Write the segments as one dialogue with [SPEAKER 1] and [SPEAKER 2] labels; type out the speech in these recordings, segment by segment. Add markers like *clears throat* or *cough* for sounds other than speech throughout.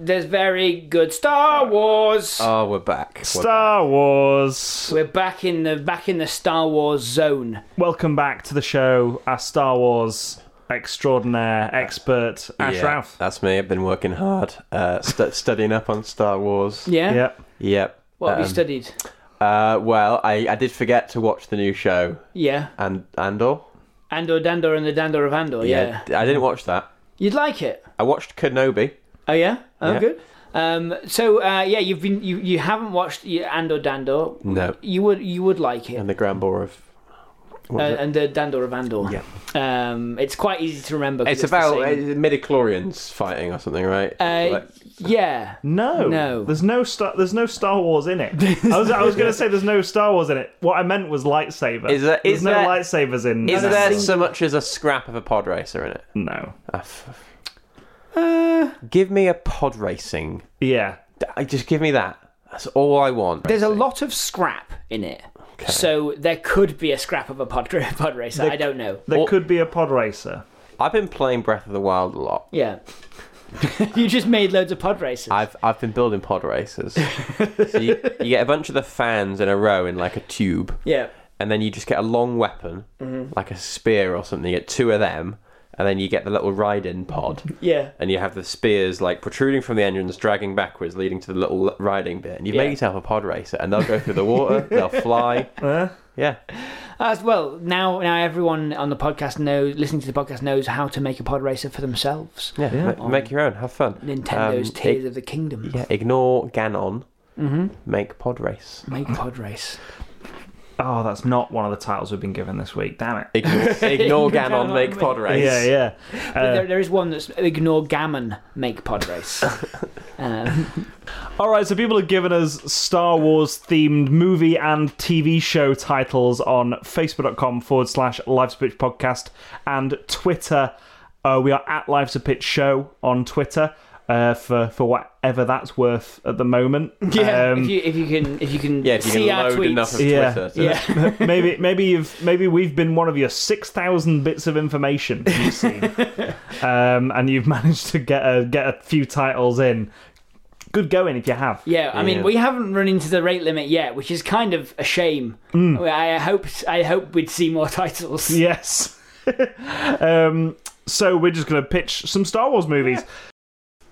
[SPEAKER 1] There's very good Star Wars.
[SPEAKER 2] Oh, we're back. We're back.
[SPEAKER 3] Star Wars!
[SPEAKER 1] We're back in the back in the Star Wars zone.
[SPEAKER 3] Welcome back to the show, our Star Wars extraordinaire expert, Ash
[SPEAKER 2] Yeah, Uh,
[SPEAKER 3] Ralph.
[SPEAKER 2] That's me. I've been working hard, uh, stu studying up on Star Wars.
[SPEAKER 1] Yeah.
[SPEAKER 3] Yep.
[SPEAKER 2] Yep.
[SPEAKER 1] What have you
[SPEAKER 2] Um,
[SPEAKER 1] studied?
[SPEAKER 2] Uh, well, I, I did forget to watch the new show
[SPEAKER 1] Yeah.
[SPEAKER 2] and Andor.
[SPEAKER 1] Andor Dandor and the Dandor of Andor. Yeah.
[SPEAKER 2] I didn't watch that.
[SPEAKER 1] You'd like it.
[SPEAKER 2] I watched Kenobi.
[SPEAKER 1] Oh yeah. Oh
[SPEAKER 2] Yeah.
[SPEAKER 1] good. Um, so uh, yeah, you've been you, you haven't watched Andor Dandor.
[SPEAKER 2] No.
[SPEAKER 1] You would you would like it.
[SPEAKER 2] And the Grand Boar of.
[SPEAKER 1] uh,
[SPEAKER 2] what is it?
[SPEAKER 1] and the Dandor of Andor. Yeah. Um, it's quite easy to remember. 'cause
[SPEAKER 2] It's
[SPEAKER 1] the
[SPEAKER 2] about
[SPEAKER 1] same-
[SPEAKER 2] uh, midi-chlorians fighting or something, right?
[SPEAKER 1] Uh,
[SPEAKER 2] Like-
[SPEAKER 1] yeah.
[SPEAKER 3] No,
[SPEAKER 1] No.
[SPEAKER 3] There's no star. There's no Star Wars in it. I was, I was going to say there's no Star Wars in it. What I meant was lightsaber.
[SPEAKER 2] Is there-
[SPEAKER 3] there's
[SPEAKER 2] is
[SPEAKER 3] no
[SPEAKER 2] there-
[SPEAKER 3] lightsabers in?
[SPEAKER 2] is
[SPEAKER 3] no,
[SPEAKER 2] there so much as a scrap of a pod racer in it?
[SPEAKER 3] No.
[SPEAKER 2] Ah, f-
[SPEAKER 1] Uh.
[SPEAKER 2] give me a pod racing.
[SPEAKER 3] Yeah.
[SPEAKER 2] I- Just give me that. That's all I want.
[SPEAKER 1] There's a lot of scrap in it. So there could be a scrap of a pod, *laughs* pod racer. I don't know.
[SPEAKER 3] There
[SPEAKER 2] Or-
[SPEAKER 3] could be a pod racer.
[SPEAKER 2] I've been playing Breath of the Wild a lot.
[SPEAKER 1] Yeah. *laughs* you just made loads of pod racers.
[SPEAKER 2] I've I've been building
[SPEAKER 1] *laughs*
[SPEAKER 2] pod racers. so you, you get a bunch of the fans in a row in like a tube,
[SPEAKER 1] yeah. Mm-hmm.
[SPEAKER 2] and then you just get a long weapon, like a spear or something. You get two of them, and then you get the little
[SPEAKER 1] *laughs*
[SPEAKER 2] ride-in pod,
[SPEAKER 1] Yeah.
[SPEAKER 2] and you have the spears like protruding from the engines, dragging backwards, leading to the little riding bit. And you
[SPEAKER 1] Yeah.
[SPEAKER 2] make yourself a pod racer, and they'll go through
[SPEAKER 1] *laughs*
[SPEAKER 2] the water, they'll fly. Yeah,
[SPEAKER 1] As well, now now everyone on the podcast knows, listening to the podcast knows how to make a pod racer for themselves.
[SPEAKER 2] yeah. ma- make your own, have fun.
[SPEAKER 1] um, Nintendo's Mm-hmm.
[SPEAKER 2] Um,
[SPEAKER 1] Tears
[SPEAKER 2] ig-
[SPEAKER 1] of the Kingdom.
[SPEAKER 2] yeah, ignore Ganon. Make pod race.
[SPEAKER 1] Make pod race.
[SPEAKER 3] Oh, that's not one of the titles we've been given this week. Damn it.
[SPEAKER 1] *laughs*
[SPEAKER 2] Ignore, ignore Ganon. Make pod race.
[SPEAKER 3] Yeah, yeah. Uh,
[SPEAKER 1] there, there is one that's ignore gammon. Make pod race. um,
[SPEAKER 3] All right, so people have given us Star Wars themed movie and TV show titles on facebook.com forward slash Life's a Pitch podcast and Twitter. Uh, we are at Life's a Pitch show on Twitter uh, for, for whatever that's worth at the moment.
[SPEAKER 1] *laughs* yeah.
[SPEAKER 3] Um, *laughs*
[SPEAKER 1] if, you, if you can if you can
[SPEAKER 2] Yeah, if you
[SPEAKER 1] see
[SPEAKER 2] can
[SPEAKER 1] our
[SPEAKER 2] load
[SPEAKER 1] tweets.
[SPEAKER 2] enough of
[SPEAKER 3] Yeah.
[SPEAKER 2] Twitter. To *laughs*
[SPEAKER 1] yeah.
[SPEAKER 3] maybe maybe you've maybe we've been one of your six thousand bits of information you've seen, um, and you've *laughs* managed to get a get a few titles in. Good going if you have.
[SPEAKER 1] Yeah, I mean,
[SPEAKER 2] Yeah.
[SPEAKER 1] we haven't run into the rate limit yet, which is kind of a shame.
[SPEAKER 3] Mm.
[SPEAKER 1] I I hope I hope we'd see more *laughs*
[SPEAKER 3] *laughs*
[SPEAKER 1] titles.
[SPEAKER 3] Yes. um, so we're just going to pitch some Star Wars movies.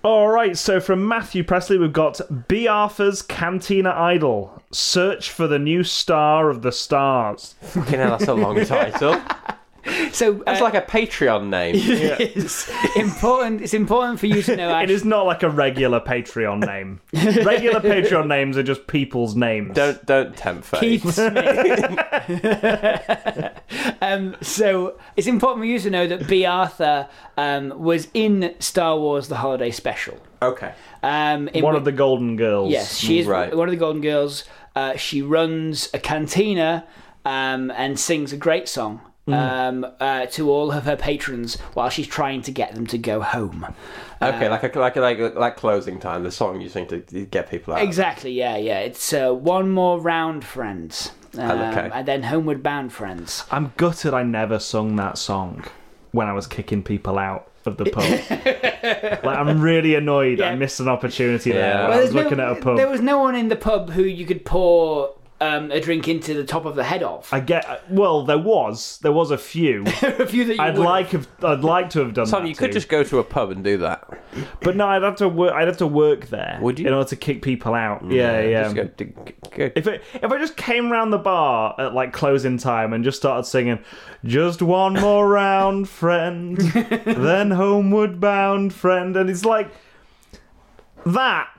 [SPEAKER 3] All right. So from Matthew Presley, we've got B. Arthur's Cantina Idol: Search for the New Star of the Stars.
[SPEAKER 2] Fucking hell, that's a long title.
[SPEAKER 1] So
[SPEAKER 2] That's
[SPEAKER 1] uh,
[SPEAKER 2] like a
[SPEAKER 3] *laughs*
[SPEAKER 2] Patreon name.
[SPEAKER 1] *laughs* it's important. It's important for you to know.
[SPEAKER 3] It
[SPEAKER 1] Ash.
[SPEAKER 3] is not like a regular Patreon name. regular Patreon names are just people's names.
[SPEAKER 2] Don't don't tempt fate.
[SPEAKER 1] Keith Smith. *laughs* um, so it's important for you to know that B. Arthur um, was in Star Wars: The Holiday Special.
[SPEAKER 2] Okay.
[SPEAKER 1] Um, in
[SPEAKER 3] One
[SPEAKER 1] whi-
[SPEAKER 3] of the Golden Girls.
[SPEAKER 1] Yes, she is
[SPEAKER 2] Right.
[SPEAKER 1] one of the Golden Girls. Uh, she runs a cantina um, and sings a great song um, uh, to all of her patrons while she's trying to get them to go home. Uh,
[SPEAKER 2] Okay, like a, like a, like like closing time, the song you sing to get people
[SPEAKER 1] Oh.
[SPEAKER 2] out.
[SPEAKER 1] Exactly, yeah, yeah. It's uh, one more round, friends. Um,
[SPEAKER 2] okay.
[SPEAKER 1] And then homeward bound, friends.
[SPEAKER 3] I'm gutted. I never sung that song when I was kicking people out of the pub. like I'm really annoyed. I
[SPEAKER 1] Yeah.
[SPEAKER 3] missed an opportunity there.
[SPEAKER 2] Yeah.
[SPEAKER 3] when
[SPEAKER 2] Well,
[SPEAKER 3] I was
[SPEAKER 1] there's no-
[SPEAKER 3] looking at a pub.
[SPEAKER 1] There was no one in the pub who you could pour um, a drink into the top of the head of.
[SPEAKER 3] I get. Well, there was. There was a
[SPEAKER 2] *laughs*
[SPEAKER 3] few.
[SPEAKER 1] *laughs* a few that you
[SPEAKER 3] I'd
[SPEAKER 1] wouldn't. *laughs*
[SPEAKER 3] like. Have, I'd like to have done.
[SPEAKER 2] Tom,
[SPEAKER 3] that
[SPEAKER 2] you could
[SPEAKER 3] too.
[SPEAKER 2] just go to a pub and do that.
[SPEAKER 3] But no, I'd have to work. I'd have to work there.
[SPEAKER 2] Would you? Mm,
[SPEAKER 3] In order to kick people out. Yeah, yeah.
[SPEAKER 2] Just go, d- g- go.
[SPEAKER 3] If it, if I just came round the bar at like closing time and just started singing, just one more round,
[SPEAKER 2] *laughs*
[SPEAKER 3] friend, then homeward bound, friend, and it's like that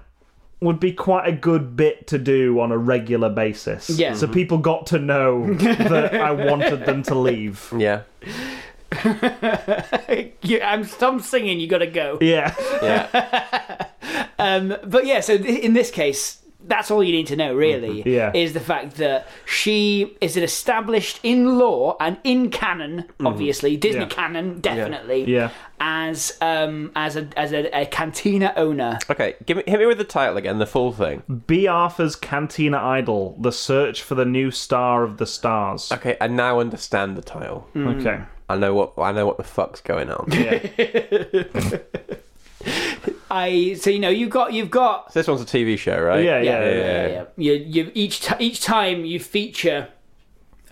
[SPEAKER 3] would be quite a good bit to do on a regular basis.
[SPEAKER 1] Yeah.
[SPEAKER 3] So people got to know that I wanted them
[SPEAKER 2] *laughs*
[SPEAKER 3] to leave.
[SPEAKER 2] Yeah,
[SPEAKER 3] *laughs*
[SPEAKER 1] you, I'm, I'm singing, you gotta go. *laughs*
[SPEAKER 3] Yeah.
[SPEAKER 2] yeah.
[SPEAKER 1] Um, but yeah, so th- in this case, that's all you need to know, really.
[SPEAKER 3] Mm-hmm. Yeah.
[SPEAKER 1] Is the fact that she is an established in law and in canon, obviously Disney
[SPEAKER 3] Mm-hmm. Yeah.
[SPEAKER 1] canon, definitely.
[SPEAKER 3] Yeah.
[SPEAKER 1] As um as a as a, a cantina owner.
[SPEAKER 2] Okay, give me hit me with the title again, the full thing.
[SPEAKER 3] B. Arthur's Cantina Idol: The Search for the New Star of the Stars.
[SPEAKER 2] Okay, I now understand the title.
[SPEAKER 3] Okay.
[SPEAKER 2] I know what I know what the fuck's going
[SPEAKER 3] *laughs*
[SPEAKER 2] on. so
[SPEAKER 3] Yeah.
[SPEAKER 1] I so you know you got you've got
[SPEAKER 2] this one's a TV show, right?
[SPEAKER 3] Yeah,
[SPEAKER 1] yeah, yeah,
[SPEAKER 2] yeah,
[SPEAKER 1] yeah. yeah. You, you each t- each time you feature.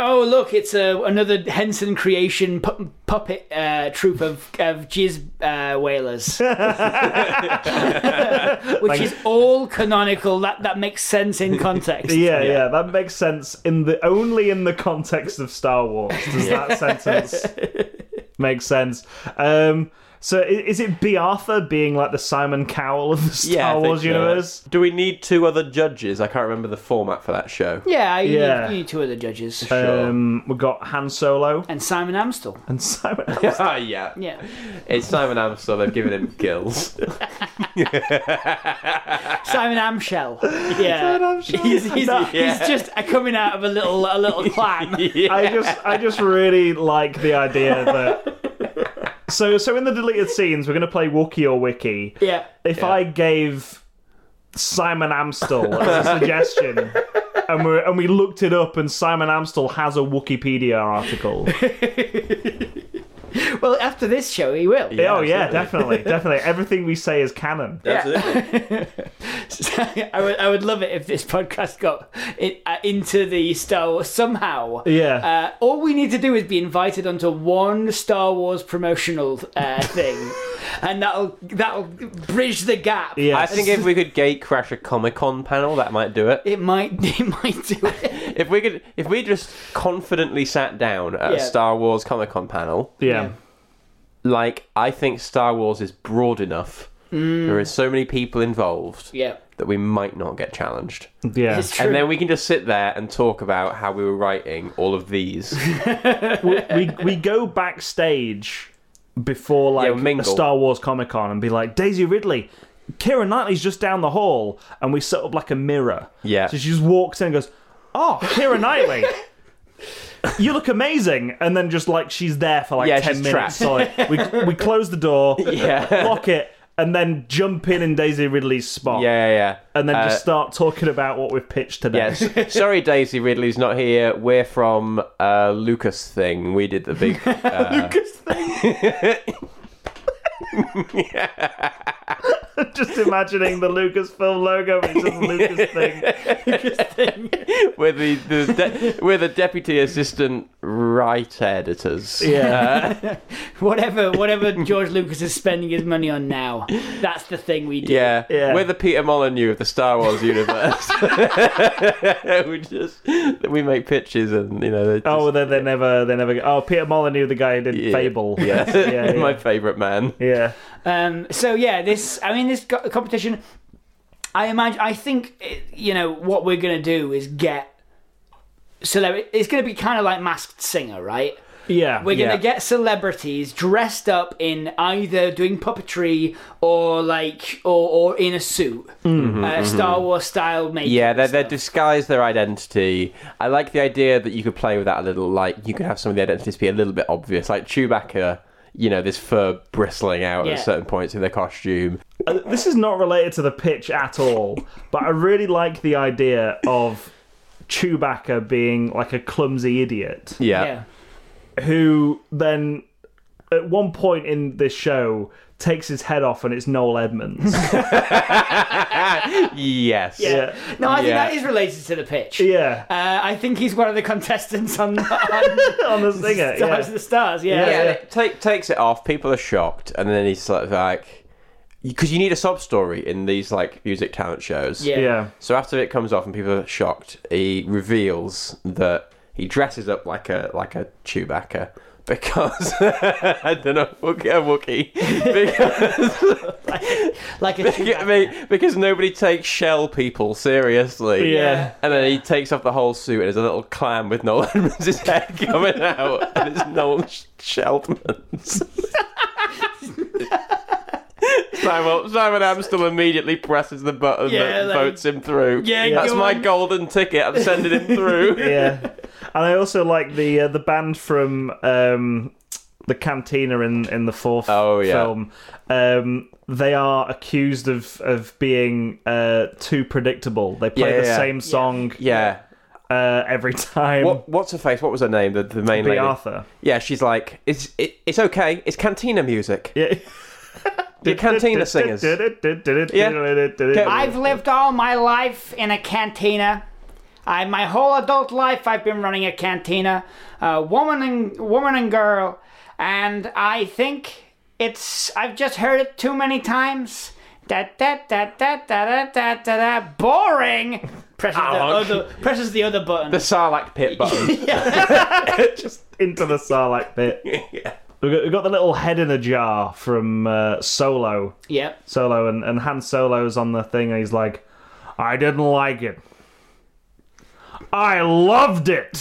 [SPEAKER 1] Oh look! It's a, another Henson creation pu- puppet uh, troupe of of jizz uh, whalers,
[SPEAKER 2] *laughs*
[SPEAKER 1] which is all canonical. That that makes
[SPEAKER 3] *laughs*
[SPEAKER 1] sense in context.
[SPEAKER 3] Yeah, yeah, that makes sense in the only in the context of Star
[SPEAKER 2] *laughs*
[SPEAKER 3] Wars does that sentence make sense. Um, so i- is it B. Arthur being like the Simon Cowell of the Star
[SPEAKER 2] Yeah, I think
[SPEAKER 3] Wars
[SPEAKER 2] so.
[SPEAKER 3] universe?
[SPEAKER 2] Do we need two other judges? I can't remember the format for that show.
[SPEAKER 1] yeah. You,
[SPEAKER 3] Yeah.
[SPEAKER 1] Need, you need two other judges
[SPEAKER 2] Sure.
[SPEAKER 3] Um, we've got Han Solo
[SPEAKER 1] and Simon Amstel.
[SPEAKER 3] and *laughs*
[SPEAKER 2] *laughs*
[SPEAKER 3] Simon.
[SPEAKER 2] Ah, yeah.
[SPEAKER 3] *laughs*
[SPEAKER 1] Yeah.
[SPEAKER 2] It's Simon Amstel. They've
[SPEAKER 1] *laughs*
[SPEAKER 2] given him gills.
[SPEAKER 1] Simon
[SPEAKER 3] *laughs*
[SPEAKER 1] Amshell. Yeah.
[SPEAKER 3] Amshell.
[SPEAKER 1] He's, *laughs*
[SPEAKER 2] *laughs*
[SPEAKER 1] he's,
[SPEAKER 3] No.
[SPEAKER 1] he's just uh, coming out of a little
[SPEAKER 3] *laughs*
[SPEAKER 1] a little clam.
[SPEAKER 3] I just, I just really like the idea that.
[SPEAKER 1] *laughs*
[SPEAKER 3] So, so in the deleted scenes, we're going to play Wookie or Wiki.
[SPEAKER 1] *laughs* Yeah.
[SPEAKER 3] if I gave Simon Amstel as a
[SPEAKER 1] *laughs*
[SPEAKER 3] suggestion, and we and we looked it up, and Simon Amstel has a Wikipedia
[SPEAKER 1] *laughs*
[SPEAKER 3] article.
[SPEAKER 1] Well, after this show, he will.
[SPEAKER 3] oh yeah, definitely, definitely. Everything we say is canon.
[SPEAKER 2] *laughs* Absolutely.
[SPEAKER 1] *laughs* I would, I would love it if this podcast got in, uh, into the Star Wars somehow.
[SPEAKER 3] Yeah.
[SPEAKER 1] Uh, all we need to do is be invited onto one Star Wars promotional uh,
[SPEAKER 3] *laughs*
[SPEAKER 1] thing, and that'll that'll bridge the gap.
[SPEAKER 3] yeah.
[SPEAKER 2] I think if we could gate crash a Comic Con panel, that might do it.
[SPEAKER 1] It might *laughs* it might do it.
[SPEAKER 2] If we could, if we just confidently sat down at a
[SPEAKER 1] Yeah.
[SPEAKER 2] Star Wars Comic Con panel,
[SPEAKER 3] yeah.
[SPEAKER 2] like I think Star Wars is broad enough. There is so many people involved
[SPEAKER 1] Mm. Yeah,
[SPEAKER 2] that we might not get challenged.
[SPEAKER 3] Yeah.
[SPEAKER 1] it's true.
[SPEAKER 2] And then we can just sit there and talk about how we were writing all of these.
[SPEAKER 1] *laughs*
[SPEAKER 3] we we go backstage before
[SPEAKER 2] Yeah,
[SPEAKER 3] like
[SPEAKER 2] we mingle.
[SPEAKER 3] a Star Wars Comic Con and be like Daisy Ridley. Kira Knightley's just down the hall, and we set up like a mirror.
[SPEAKER 2] Yeah.
[SPEAKER 3] So she just walks in and goes, "Oh, Kira Knightley, you look amazing!" And then just like she's there for like
[SPEAKER 2] Yeah,
[SPEAKER 3] ten
[SPEAKER 2] she's
[SPEAKER 3] minutes. So like, we we close the door,
[SPEAKER 2] *laughs* yeah.
[SPEAKER 3] lock it, and then jump in in Daisy Ridley's
[SPEAKER 2] Yeah,
[SPEAKER 3] spot,
[SPEAKER 2] yeah, yeah.
[SPEAKER 3] and then
[SPEAKER 2] Uh,
[SPEAKER 3] just start talking about what we've pitched today.
[SPEAKER 2] Yes. Sorry, Daisy Ridley's not here. We're from uh, Lucas thing. We did
[SPEAKER 3] *laughs*
[SPEAKER 2] the big. Uh,
[SPEAKER 3] *laughs* just imagining the Lucasfilm logo, which is the
[SPEAKER 2] *laughs*
[SPEAKER 3] Lucas thing.
[SPEAKER 2] we're the, the de- we're the deputy assistant right editors.
[SPEAKER 3] Yeah.
[SPEAKER 1] whatever whatever George Lucas is spending his money on now, that's the thing we do.
[SPEAKER 2] Yeah.
[SPEAKER 3] Yeah.
[SPEAKER 2] We're the Peter Molyneux of the Star Wars universe. *laughs* we just we make pitches and you know. they're Just,
[SPEAKER 3] Oh, they they never they never. Oh, Peter Molyneux, the guy who did
[SPEAKER 2] Yeah.
[SPEAKER 3] Fable.
[SPEAKER 2] *laughs* yeah.
[SPEAKER 3] *laughs* yeah, yeah.
[SPEAKER 2] my favourite man.
[SPEAKER 3] yeah.
[SPEAKER 1] Um, so yeah, this I mean this co- competition. I imagine I think eh, you know what we're gonna do is get celebrity. It's gonna be kind of like Masked Singer, right?
[SPEAKER 3] yeah.
[SPEAKER 1] We're
[SPEAKER 2] Yeah.
[SPEAKER 1] gonna get celebrities dressed up in either doing puppetry or like or, or in a suit, uh, Star Wars style makeup.
[SPEAKER 2] Mm-hmm, Yeah, they're,
[SPEAKER 1] and
[SPEAKER 2] they're
[SPEAKER 1] stuff.
[SPEAKER 2] disguise their identity. I like the idea that you could play with that a little. Like you could have some of the identities be a little bit obvious, like Chewbacca. You know, this fur bristling out
[SPEAKER 1] Yeah.
[SPEAKER 2] at certain points in their costume.
[SPEAKER 3] Uh, This is not related to the pitch at all, but I really like the idea of Chewbacca being like a clumsy idiot
[SPEAKER 2] Yeah,
[SPEAKER 1] yeah.
[SPEAKER 3] who then at one point in this show takes his head off and it's Noel Edmonds.
[SPEAKER 2] *laughs* yes,
[SPEAKER 3] yeah.
[SPEAKER 1] No, I think
[SPEAKER 2] Yeah.
[SPEAKER 1] that is related to the pitch.
[SPEAKER 3] Yeah.
[SPEAKER 1] *laughs* Uh, I think he's one of the
[SPEAKER 3] *laughs*
[SPEAKER 1] contestants on, *laughs* on
[SPEAKER 3] On the singer.
[SPEAKER 1] Stars of
[SPEAKER 3] Yeah.
[SPEAKER 1] the Stars.
[SPEAKER 2] Yeah,
[SPEAKER 3] Yeah.
[SPEAKER 2] it Take, takes it off. People are shocked, and then he's sort of like, because you need a sob story in these like music talent shows.
[SPEAKER 1] Yeah. *laughs*
[SPEAKER 3] Yeah.
[SPEAKER 2] So after it comes off and people are shocked, he reveals that he dresses up like a like a Chewbacca *laughs* because I don't know, Wookie, a Wookie, *laughs* because, *laughs*
[SPEAKER 1] Like a
[SPEAKER 3] *laughs*
[SPEAKER 2] I mean, because nobody takes shell people seriously.
[SPEAKER 3] Yeah.
[SPEAKER 2] And then he takes off the whole suit and there's a little clam with Noel Edmonds' head *laughs* coming out, and it's Noel Sh- Sheldman's. *laughs* Simon, Simon Amstel immediately presses the button
[SPEAKER 1] Yeah,
[SPEAKER 2] that
[SPEAKER 1] like-
[SPEAKER 2] votes him through.
[SPEAKER 1] Yeah,
[SPEAKER 2] that's
[SPEAKER 1] go
[SPEAKER 2] my
[SPEAKER 1] on.
[SPEAKER 2] golden ticket. I'm sending him through.
[SPEAKER 1] *laughs*
[SPEAKER 3] yeah. *laughs* And I also like the uh, the band from um, the Cantina in in the fourth
[SPEAKER 2] Oh, yeah.
[SPEAKER 3] film. Um, they are accused of of being uh, too predictable. They play
[SPEAKER 2] Yeah,
[SPEAKER 3] the
[SPEAKER 2] yeah.
[SPEAKER 3] same song
[SPEAKER 2] Yeah.
[SPEAKER 3] uh, every time.
[SPEAKER 2] What, what's her face? What was her name? The, the main
[SPEAKER 3] Be
[SPEAKER 2] lady.
[SPEAKER 3] Arthur.
[SPEAKER 2] Yeah, she's like, it's it, it's okay. It's cantina music.
[SPEAKER 3] Yeah.
[SPEAKER 2] The
[SPEAKER 3] *laughs*
[SPEAKER 2] cantina singers.
[SPEAKER 1] I've lived all my life in a cantina. I, my whole adult life, I've been running a cantina, uh, woman and woman and girl, and I think it's. I've just heard it too many times. Da da da da da da da da. da.
[SPEAKER 3] *laughs*
[SPEAKER 1] Boring. Presses the
[SPEAKER 2] Ouch.
[SPEAKER 1] other. Presses the other button.
[SPEAKER 2] The Sarlacc pit button.
[SPEAKER 1] *laughs*
[SPEAKER 3] just into the Sarlacc
[SPEAKER 2] *laughs*
[SPEAKER 3] pit. We've got, we've got the little head in a jar from uh, Solo.
[SPEAKER 1] Yep.
[SPEAKER 3] Solo and, and Han Solo's on the thing and he's like, I didn't like it. I loved it. *laughs*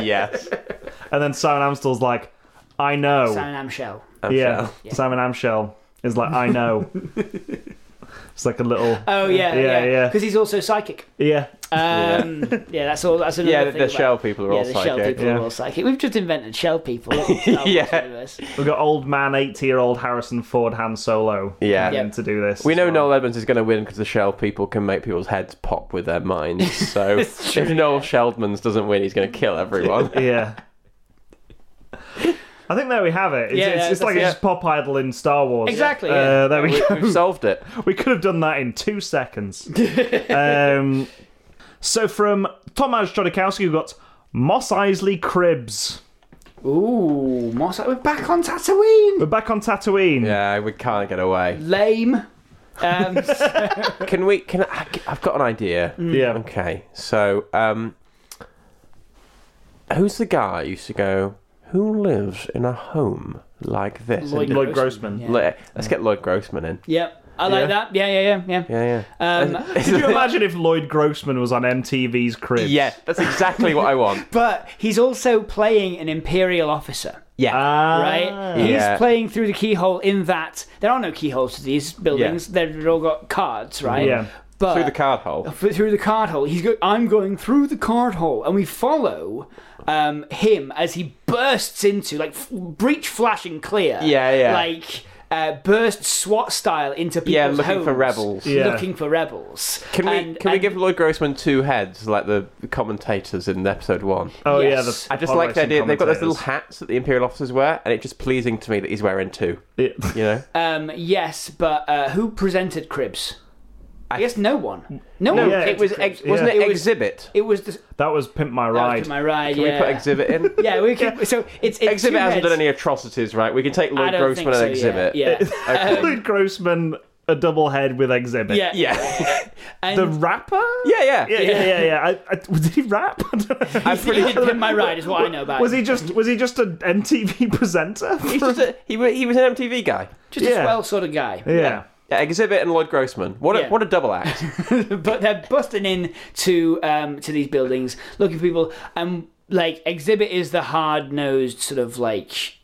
[SPEAKER 2] yes.
[SPEAKER 3] and then Simon Amstel's like, I know.
[SPEAKER 1] Simon Am Shell.
[SPEAKER 3] yeah.
[SPEAKER 2] Amstel.
[SPEAKER 3] Simon Amshell is like, I
[SPEAKER 1] *laughs*
[SPEAKER 3] know. it's like a little
[SPEAKER 1] Oh yeah,
[SPEAKER 3] Yeah,
[SPEAKER 1] yeah,
[SPEAKER 3] yeah.
[SPEAKER 1] Because he's also psychic.
[SPEAKER 3] Yeah.
[SPEAKER 1] Um, yeah. that's all. That's another
[SPEAKER 2] Yeah, the,
[SPEAKER 1] thing
[SPEAKER 2] the
[SPEAKER 1] about-
[SPEAKER 2] shell people are
[SPEAKER 1] Yeah,
[SPEAKER 2] all
[SPEAKER 1] the
[SPEAKER 2] psychic.
[SPEAKER 1] shell people
[SPEAKER 3] yeah.
[SPEAKER 1] are all psychic. We've just invented shell
[SPEAKER 2] *laughs*
[SPEAKER 1] people. in the Star Wars
[SPEAKER 2] Yeah.
[SPEAKER 1] universe.
[SPEAKER 3] We've got old man, eighty year old Harrison Ford Han Solo
[SPEAKER 2] Yeah.
[SPEAKER 3] coming in to do this.
[SPEAKER 2] We
[SPEAKER 3] as
[SPEAKER 2] know
[SPEAKER 3] well.
[SPEAKER 2] Noel Edmonds is going to win because the shell people can make people's heads pop with their minds. So if
[SPEAKER 1] true,
[SPEAKER 2] Noel Sheldmans doesn't win, he's going to kill everyone. *laughs*
[SPEAKER 3] Yeah. I think there we have it. It's,
[SPEAKER 1] Yeah,
[SPEAKER 3] it's, it's
[SPEAKER 1] that's
[SPEAKER 3] like
[SPEAKER 1] it.
[SPEAKER 3] it's pop idol in Star Wars.
[SPEAKER 1] Exactly,
[SPEAKER 3] Uh,
[SPEAKER 1] yeah.
[SPEAKER 3] there we
[SPEAKER 2] we,
[SPEAKER 3] go.
[SPEAKER 2] we've solved it.
[SPEAKER 3] We could have done that in two seconds. um, so from Tomasz Jodorowsky, we've got Moss Eisley Cribs.
[SPEAKER 1] Ooh, Moss. We're back on Tatooine.
[SPEAKER 3] We're back on Tatooine.
[SPEAKER 2] Yeah, we can't get away.
[SPEAKER 1] Lame.
[SPEAKER 2] *laughs*
[SPEAKER 1] Um,
[SPEAKER 2] Can we? Can I, I've got an idea.
[SPEAKER 3] Yeah.
[SPEAKER 2] Okay, so um, who's the guy who used to go? Who lives in a home like this?
[SPEAKER 1] Lloyd,
[SPEAKER 2] And-
[SPEAKER 3] Lloyd Grossman.
[SPEAKER 1] Yeah.
[SPEAKER 2] Le- Let's get Lloyd Grossman in.
[SPEAKER 1] Yep, I like
[SPEAKER 3] Yeah.
[SPEAKER 1] that. Yeah, yeah, yeah, yeah.
[SPEAKER 2] Yeah,
[SPEAKER 1] *laughs*
[SPEAKER 2] yeah. *laughs*
[SPEAKER 1] Um,
[SPEAKER 3] Could you imagine if Lloyd Grossman was on MTV's Cribs?
[SPEAKER 2] Yeah, that's exactly what I want.
[SPEAKER 1] but he's also playing an imperial officer,
[SPEAKER 2] Yeah.
[SPEAKER 3] Ah.
[SPEAKER 1] right?
[SPEAKER 2] Yeah.
[SPEAKER 1] He's playing through the keyhole. In that there are no keyholes to these buildings; they've all got cards, right?
[SPEAKER 3] Yeah.
[SPEAKER 1] But
[SPEAKER 2] Through the card hole.
[SPEAKER 1] f- through the card hole. He's go- I'm going through the card hole, and we follow um, him as he bursts into like f- breach flashing clear.
[SPEAKER 2] Yeah, yeah.
[SPEAKER 1] Like uh, burst SWAT style into people's
[SPEAKER 2] Yeah, looking for
[SPEAKER 1] homes,
[SPEAKER 2] rebels.
[SPEAKER 3] Yeah.
[SPEAKER 1] Looking for rebels.
[SPEAKER 2] Can we
[SPEAKER 1] And-
[SPEAKER 2] can we
[SPEAKER 1] and-
[SPEAKER 2] give Lloyd Grossman two heads like the commentators in episode one?
[SPEAKER 3] Oh yeah.
[SPEAKER 1] Yes.
[SPEAKER 3] The
[SPEAKER 2] I just
[SPEAKER 3] pod
[SPEAKER 2] like the
[SPEAKER 3] racing
[SPEAKER 2] idea they've got those little
[SPEAKER 3] commentators.
[SPEAKER 2] hats that the Imperial officers wear, and it's just pleasing to me that he's wearing two.
[SPEAKER 3] Yeah.
[SPEAKER 1] *laughs*
[SPEAKER 2] You know,
[SPEAKER 1] Um, yes, but uh, who presented Cribs? I guess no one. No,
[SPEAKER 3] No,
[SPEAKER 1] one.
[SPEAKER 3] yeah,
[SPEAKER 1] presented
[SPEAKER 2] Mm. it was
[SPEAKER 1] Cribs.
[SPEAKER 2] ex- wasn't
[SPEAKER 3] Yeah.
[SPEAKER 2] it,
[SPEAKER 1] It was-
[SPEAKER 2] exhibit?
[SPEAKER 1] It was the.
[SPEAKER 3] that was Pimp My
[SPEAKER 1] That
[SPEAKER 3] Ride.
[SPEAKER 1] was to my right.
[SPEAKER 2] Can
[SPEAKER 1] yeah.
[SPEAKER 2] we put exhibit in?
[SPEAKER 1] *laughs* Yeah, we can. So it's, it's
[SPEAKER 2] *laughs* Exhibit
[SPEAKER 1] two
[SPEAKER 2] hasn't
[SPEAKER 1] heads.
[SPEAKER 2] done any atrocities, right? We can take
[SPEAKER 1] I
[SPEAKER 2] Lloyd
[SPEAKER 1] don't
[SPEAKER 2] Grossman
[SPEAKER 1] think so,
[SPEAKER 2] and exhibit. *laughs*
[SPEAKER 1] Yeah. yeah.
[SPEAKER 2] Okay.
[SPEAKER 3] Lloyd Grossman, a double head with Exhibit.
[SPEAKER 1] *laughs* Yeah.
[SPEAKER 2] *laughs* yeah.
[SPEAKER 1] And
[SPEAKER 3] The rapper?
[SPEAKER 2] Yeah, yeah.
[SPEAKER 3] Yeah, yeah, yeah, yeah. I, I, did he rap? I don't know.
[SPEAKER 2] *laughs* I'm pretty.
[SPEAKER 1] he did Pimp my ride is what I know about.
[SPEAKER 3] was he
[SPEAKER 1] him.
[SPEAKER 3] just was he just an MTV presenter?
[SPEAKER 2] He's just a, he, wa- he was an MTV guy.
[SPEAKER 1] just
[SPEAKER 3] yeah.
[SPEAKER 1] a swell sort of guy?
[SPEAKER 3] yeah.
[SPEAKER 2] Yeah, exhibit and Lloyd Grossman. What a,
[SPEAKER 1] Yeah.
[SPEAKER 2] what a double act.
[SPEAKER 1] *laughs* but they're busting in to um, to these buildings, looking for people, and like exhibit is the hard nosed sort of like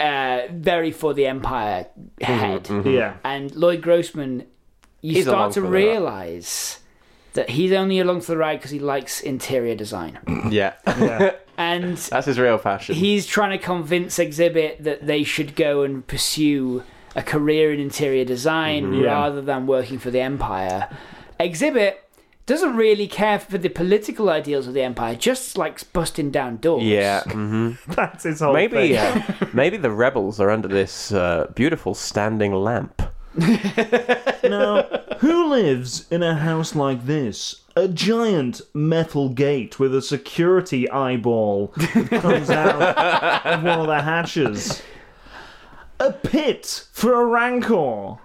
[SPEAKER 1] uh, very for the empire head,
[SPEAKER 3] Yeah.
[SPEAKER 1] and Lloyd Grossman, you
[SPEAKER 2] Mm-hmm, He's
[SPEAKER 1] start
[SPEAKER 2] along for
[SPEAKER 1] to
[SPEAKER 2] the ride.
[SPEAKER 1] realize that he's only along for the ride because he likes interior
[SPEAKER 2] *clears throat*
[SPEAKER 1] design,
[SPEAKER 2] yeah,
[SPEAKER 3] Yeah.
[SPEAKER 1] and
[SPEAKER 2] that's his real fashion.
[SPEAKER 1] he's trying to convince exhibit that they should go and pursue a career in interior design
[SPEAKER 2] Mm-hmm.
[SPEAKER 3] Yeah.
[SPEAKER 1] rather than working for the empire exhibit doesn't really care for the political ideals of the empire just likes busting down doors
[SPEAKER 2] yeah. mhm.
[SPEAKER 3] That's his whole thing.
[SPEAKER 2] Maybe, uh,
[SPEAKER 3] *laughs*
[SPEAKER 2] maybe the rebels are under this uh, beautiful standing lamp.
[SPEAKER 3] Now, who lives in a house like this? A giant metal gate with a security eyeball that comes out of one of the hatches. A pit for a rancor.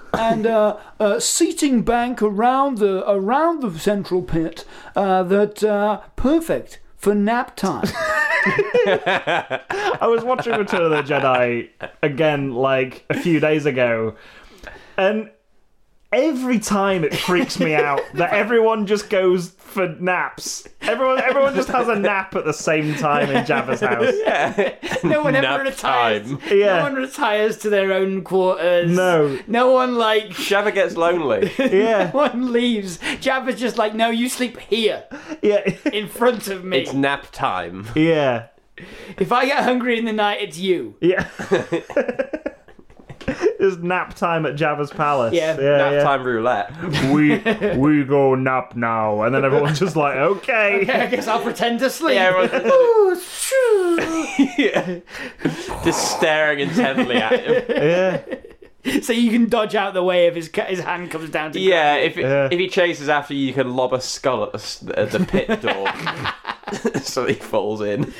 [SPEAKER 1] *laughs* and uh, a seating bank around the around the central pit uh, that uh, perfect for nap
[SPEAKER 2] *laughs*
[SPEAKER 1] time
[SPEAKER 3] I was watching Return of the Jedi again, like a few days ago, and every time it freaks me out that everyone just goes for naps. Everyone, everyone just has a nap at the same time in Java's house.
[SPEAKER 1] No one ever
[SPEAKER 2] Nap
[SPEAKER 1] retires.
[SPEAKER 2] time.
[SPEAKER 3] Yeah.
[SPEAKER 1] No one retires to their own quarters.
[SPEAKER 3] No.
[SPEAKER 1] No one like
[SPEAKER 2] Java gets lonely.
[SPEAKER 3] Yeah,
[SPEAKER 1] no *laughs* one leaves. Jabba's just like, no, you sleep here
[SPEAKER 3] yeah,
[SPEAKER 1] in front of me.
[SPEAKER 2] *laughs* It's nap time.
[SPEAKER 3] yeah,
[SPEAKER 1] If I get hungry in the night, it's
[SPEAKER 2] *laughs*
[SPEAKER 1] you.
[SPEAKER 3] yeah. There's nap time at Java's palace.
[SPEAKER 1] Yeah,
[SPEAKER 2] *laughs* nap time roulette.
[SPEAKER 3] We we go nap now, and then everyone's just like,
[SPEAKER 2] *laughs*
[SPEAKER 3] okay.
[SPEAKER 1] I guess I'll pretend to sleep.
[SPEAKER 2] *laughs* Yeah, everyone's-
[SPEAKER 1] Ooh, shoo.
[SPEAKER 2] *laughs* Just staring intently at
[SPEAKER 3] *laughs*
[SPEAKER 2] him.
[SPEAKER 3] Yeah.
[SPEAKER 1] *laughs* so you can dodge out the way if his ca- his hand comes down to
[SPEAKER 2] Yeah, if
[SPEAKER 3] Yeah.
[SPEAKER 2] if he chases after you, you can lob a skull at the, s- at the
[SPEAKER 3] *laughs*
[SPEAKER 2] pit door *laughs* so he falls in.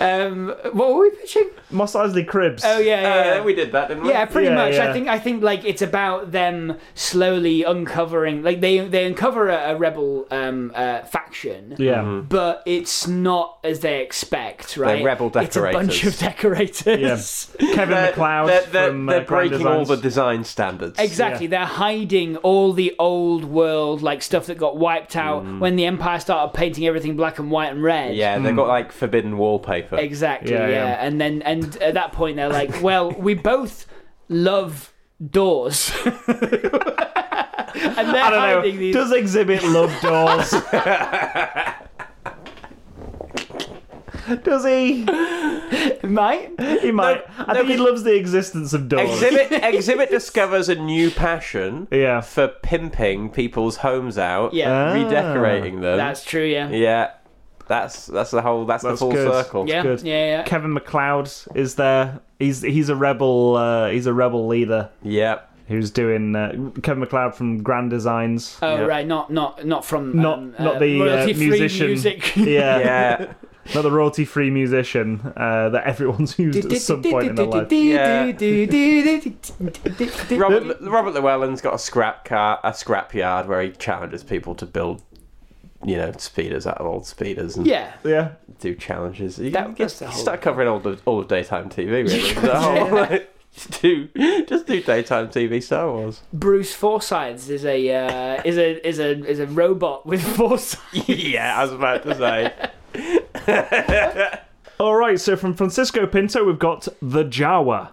[SPEAKER 1] Um, what were we pitching?
[SPEAKER 3] Moss Eisley Cribs.
[SPEAKER 1] Oh yeah, yeah, yeah.
[SPEAKER 2] Uh, we did that, didn't we?
[SPEAKER 1] Yeah, pretty
[SPEAKER 3] Yeah,
[SPEAKER 1] much.
[SPEAKER 3] yeah.
[SPEAKER 1] I think I think like it's about them slowly uncovering, like they they uncover a, a rebel um, uh, faction.
[SPEAKER 3] Yeah.
[SPEAKER 1] But it's not as they expect, right?
[SPEAKER 2] rebel
[SPEAKER 1] It's a bunch
[SPEAKER 2] decorators.
[SPEAKER 1] of *laughs* decorators.
[SPEAKER 2] *laughs*
[SPEAKER 3] Kevin
[SPEAKER 2] They're,
[SPEAKER 3] McLeod
[SPEAKER 2] they're, they're,
[SPEAKER 3] from uh,
[SPEAKER 2] they're
[SPEAKER 3] Grand
[SPEAKER 2] breaking all
[SPEAKER 3] Designs.
[SPEAKER 2] the design standards.
[SPEAKER 1] Exactly, they're hiding all the old world like stuff that got wiped out
[SPEAKER 3] Mm.
[SPEAKER 1] when the Empire started painting everything black and white and red.
[SPEAKER 2] Yeah,
[SPEAKER 3] Hmm.
[SPEAKER 2] they've got like forbidden wallpaper.
[SPEAKER 1] Exactly.
[SPEAKER 3] Yeah,
[SPEAKER 1] Yeah,
[SPEAKER 3] yeah.
[SPEAKER 1] And then and at that point they're like, well, we both love doors. *laughs* and they're
[SPEAKER 3] I don't
[SPEAKER 1] hiding
[SPEAKER 3] know.
[SPEAKER 1] these.
[SPEAKER 3] Does exhibit love
[SPEAKER 2] *laughs*
[SPEAKER 3] doors? Does he?
[SPEAKER 1] Might.
[SPEAKER 3] He might. I think he loves the existence of doors.
[SPEAKER 2] Exhibit
[SPEAKER 3] *laughs*
[SPEAKER 2] Exhibit discovers a new passion
[SPEAKER 3] Yeah.
[SPEAKER 2] for pimping people's homes out,
[SPEAKER 1] Yeah.
[SPEAKER 3] Uh,
[SPEAKER 2] redecorating them.
[SPEAKER 1] That's true, yeah.
[SPEAKER 2] yeah, that's that's the whole that's,
[SPEAKER 3] That's
[SPEAKER 2] the full
[SPEAKER 3] good.
[SPEAKER 2] circle.
[SPEAKER 1] Yeah.
[SPEAKER 3] good.
[SPEAKER 1] Yeah, yeah.
[SPEAKER 3] Kevin McLeod is there. He's he's a rebel. Uh, he's a rebel leader
[SPEAKER 2] yeah.
[SPEAKER 3] who's doing uh, Kevin McLeod from Grand Designs.
[SPEAKER 1] Oh
[SPEAKER 2] Yeah.
[SPEAKER 1] right, not not not from
[SPEAKER 3] not
[SPEAKER 1] um,
[SPEAKER 3] not
[SPEAKER 1] uh,
[SPEAKER 3] the uh,
[SPEAKER 1] royalty-free
[SPEAKER 3] musician.
[SPEAKER 1] music. *laughs*
[SPEAKER 3] Yeah.
[SPEAKER 2] *laughs*
[SPEAKER 3] *laughs*
[SPEAKER 2] Yeah,
[SPEAKER 3] Not the royalty free musician uh, that everyone's *laughs* used at some point in their life.
[SPEAKER 1] *laughs*
[SPEAKER 2] Robert, Robert Llewellyn's got a scrap car, a scrap yard where he challenges people to build, you know, speeders out of old speeders and
[SPEAKER 1] Yeah.
[SPEAKER 3] Yeah.
[SPEAKER 2] do challenges. You,
[SPEAKER 1] That-
[SPEAKER 2] you get-
[SPEAKER 1] that's the
[SPEAKER 2] you
[SPEAKER 1] whole-
[SPEAKER 2] start covering all the all of daytime TV, really.
[SPEAKER 1] *laughs*
[SPEAKER 2] the whole, like, just do just do daytime TV Star Wars.
[SPEAKER 1] Bruce Forsyth is a uh, is a is a is a robot with *laughs* foresight.
[SPEAKER 2] yeah, I was about to say.
[SPEAKER 3] All right. So from Francisco Pinto, we've got the Jawa.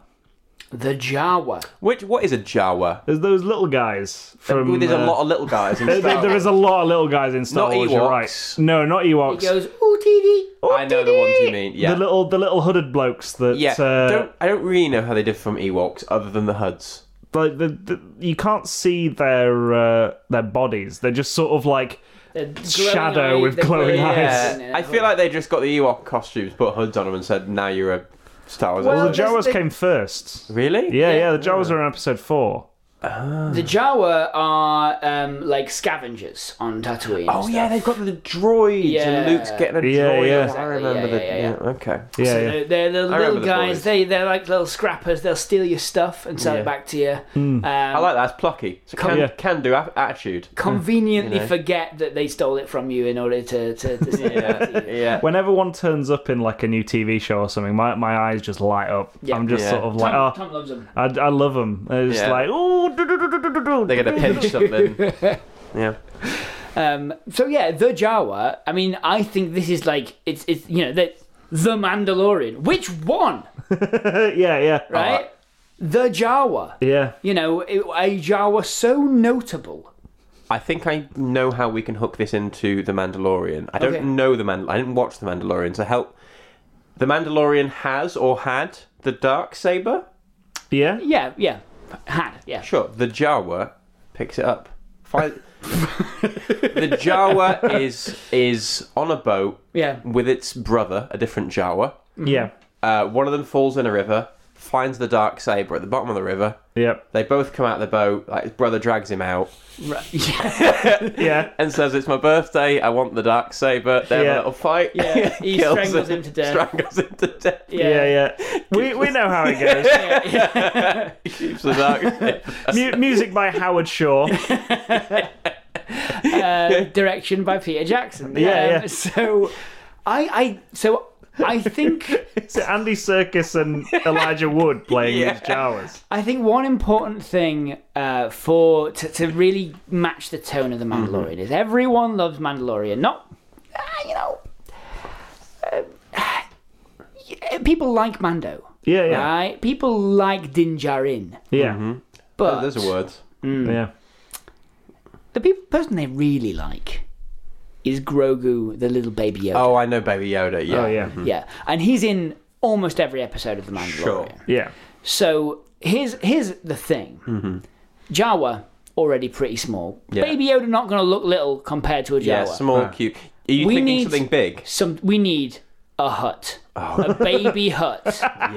[SPEAKER 1] The Jawa.
[SPEAKER 2] Which what is a Jawa?
[SPEAKER 3] There's those little guys from.
[SPEAKER 2] There's a
[SPEAKER 3] uh,
[SPEAKER 2] lot of little guys
[SPEAKER 3] *laughs*
[SPEAKER 2] in
[SPEAKER 3] there-
[SPEAKER 2] Star
[SPEAKER 3] there is a lot of little guys in Star
[SPEAKER 2] Not
[SPEAKER 3] Wars. You're right.
[SPEAKER 2] Ewoks.
[SPEAKER 3] No, not Ewoks.
[SPEAKER 1] He goes, ooh dee dee.
[SPEAKER 2] I know the ones you mean. Yeah,
[SPEAKER 3] The little, the little hooded blokes that.
[SPEAKER 2] yeah.
[SPEAKER 3] Uh,
[SPEAKER 2] don't, I don't really know how they differ from Ewoks other than the HUDs.
[SPEAKER 3] like the, the, you can't see their uh, their bodies. They're just sort of like
[SPEAKER 1] The glowing
[SPEAKER 3] Shadow
[SPEAKER 1] eye-
[SPEAKER 3] with
[SPEAKER 1] the
[SPEAKER 3] glowing eyes.
[SPEAKER 2] Yeah, Uh, I feel like they just got the Ewok costumes, put HUDs on them, and said, "Now you're a Star Wars."
[SPEAKER 1] Well,
[SPEAKER 3] the
[SPEAKER 1] Well,
[SPEAKER 2] actor."
[SPEAKER 1] there's-
[SPEAKER 3] Jawas
[SPEAKER 1] they-
[SPEAKER 3] came first.
[SPEAKER 2] really?
[SPEAKER 3] Yeah, yeah, the Jawas are in episode four.
[SPEAKER 1] the Jawa are um, like scavengers on Tatooine.
[SPEAKER 2] Oh yeah, they've got the droids and
[SPEAKER 1] Yeah.
[SPEAKER 2] Luke's getting a
[SPEAKER 3] Yeah,
[SPEAKER 2] droid.
[SPEAKER 3] yeah.
[SPEAKER 2] I
[SPEAKER 1] Exactly,
[SPEAKER 2] remember
[SPEAKER 1] yeah,
[SPEAKER 2] the.
[SPEAKER 1] yeah,
[SPEAKER 2] Yeah,
[SPEAKER 1] yeah.
[SPEAKER 2] okay.
[SPEAKER 3] Yeah,
[SPEAKER 1] So
[SPEAKER 3] yeah.
[SPEAKER 1] they're, they're the
[SPEAKER 2] I remember
[SPEAKER 1] little
[SPEAKER 2] the
[SPEAKER 1] guys.
[SPEAKER 2] boys.
[SPEAKER 1] They they're like little scrappers. They'll steal your stuff and sell
[SPEAKER 2] Yeah.
[SPEAKER 1] it back to you. Um,
[SPEAKER 3] Hmm.
[SPEAKER 2] I like that. It's plucky. It's a can,
[SPEAKER 3] Yeah.
[SPEAKER 2] can do attitude.
[SPEAKER 1] Conveniently
[SPEAKER 2] You know.
[SPEAKER 1] forget that they stole it from you in order to to. to steal it back to you.
[SPEAKER 2] *laughs* Yeah.
[SPEAKER 3] Whenever one turns up in like a new TV show or something, my, my eyes just light up.
[SPEAKER 1] Yeah.
[SPEAKER 3] I'm just
[SPEAKER 2] Yeah.
[SPEAKER 3] sort of like,
[SPEAKER 1] Tom,
[SPEAKER 3] oh,
[SPEAKER 1] Tom loves them.
[SPEAKER 3] I, I love them. It's
[SPEAKER 2] Yeah.
[SPEAKER 3] like, oh,
[SPEAKER 2] They're gonna pinch something. Yeah.
[SPEAKER 1] Um, so yeah, the Jawa. I mean, I think this is like it's it's you know the the Mandalorian. Which one,
[SPEAKER 3] yeah, yeah,
[SPEAKER 1] right? the Jawa.
[SPEAKER 3] yeah.
[SPEAKER 1] You know, a Jawa so notable.
[SPEAKER 2] I think I know how we can hook this into the Mandalorian. I don't
[SPEAKER 1] Okay.
[SPEAKER 2] know the Mandal. I didn't watch the Mandalorian, so help. The Mandalorian has or had the dark saber.
[SPEAKER 3] yeah,
[SPEAKER 1] Yeah, yeah, had yeah.
[SPEAKER 2] Sure, the Jawa picks it up. Fin- *laughs* the Jawa is is on a boat
[SPEAKER 1] Yeah.
[SPEAKER 2] with its brother, a different Jawa.
[SPEAKER 3] yeah,
[SPEAKER 2] Uh, one of them falls in a river, finds the dark saber at the bottom of the river.
[SPEAKER 3] yeah,
[SPEAKER 2] They both come out of the boat. Like his brother drags him out
[SPEAKER 1] Right. *laughs* yeah.
[SPEAKER 3] yeah.
[SPEAKER 2] and says, "It's my birthday. I want the dark saber." They have
[SPEAKER 3] Yeah.
[SPEAKER 2] a little fight. *laughs*
[SPEAKER 1] Yeah, he
[SPEAKER 2] Kills
[SPEAKER 1] strangles him to death.
[SPEAKER 2] Strangles him to death.
[SPEAKER 1] *laughs*
[SPEAKER 3] Yeah, yeah. We, we know how it goes. *laughs*
[SPEAKER 2] Keeps
[SPEAKER 1] *laughs*
[SPEAKER 2] the dark. saber.
[SPEAKER 3] Mu- music by Howard Shaw.
[SPEAKER 1] uh, direction by Peter Jackson.
[SPEAKER 3] Yeah,
[SPEAKER 1] Um,
[SPEAKER 3] yeah.
[SPEAKER 1] So, I, I, so
[SPEAKER 3] *laughs*
[SPEAKER 1] I think
[SPEAKER 3] Is it Andy Circus and Elijah Wood playing
[SPEAKER 2] Yeah.
[SPEAKER 3] these Jawas?
[SPEAKER 1] I think one important thing uh, for to, to really match the tone of the
[SPEAKER 3] Mm-hmm.
[SPEAKER 1] Mandalorian is everyone loves Mandalorian. Not uh, you know, uh, *sighs* people like Mando,
[SPEAKER 3] Yeah, yeah,
[SPEAKER 1] right? People like Din Djarin,
[SPEAKER 3] yeah,
[SPEAKER 1] but
[SPEAKER 2] Oh, those are words.
[SPEAKER 3] yeah.
[SPEAKER 1] the peop person they really like is Grogu, the little baby Yoda.
[SPEAKER 2] Oh, I know Baby Yoda. Yeah.
[SPEAKER 3] Oh yeah,
[SPEAKER 1] Yeah, and he's in almost every episode of The Mandalorian.
[SPEAKER 2] Sure.
[SPEAKER 3] yeah,
[SPEAKER 1] So here's here's the thing. Jawa already pretty small.
[SPEAKER 2] Mm-hmm. Yeah.
[SPEAKER 1] Baby Yoda not going to look little compared to a Jawa.
[SPEAKER 2] Yeah, small, cute. Are you
[SPEAKER 1] We
[SPEAKER 2] thinking
[SPEAKER 1] need-
[SPEAKER 2] something
[SPEAKER 1] *laughs*
[SPEAKER 2] big?
[SPEAKER 1] Some we need a hut,
[SPEAKER 2] Oh.
[SPEAKER 1] a baby
[SPEAKER 2] *laughs*
[SPEAKER 1] hut.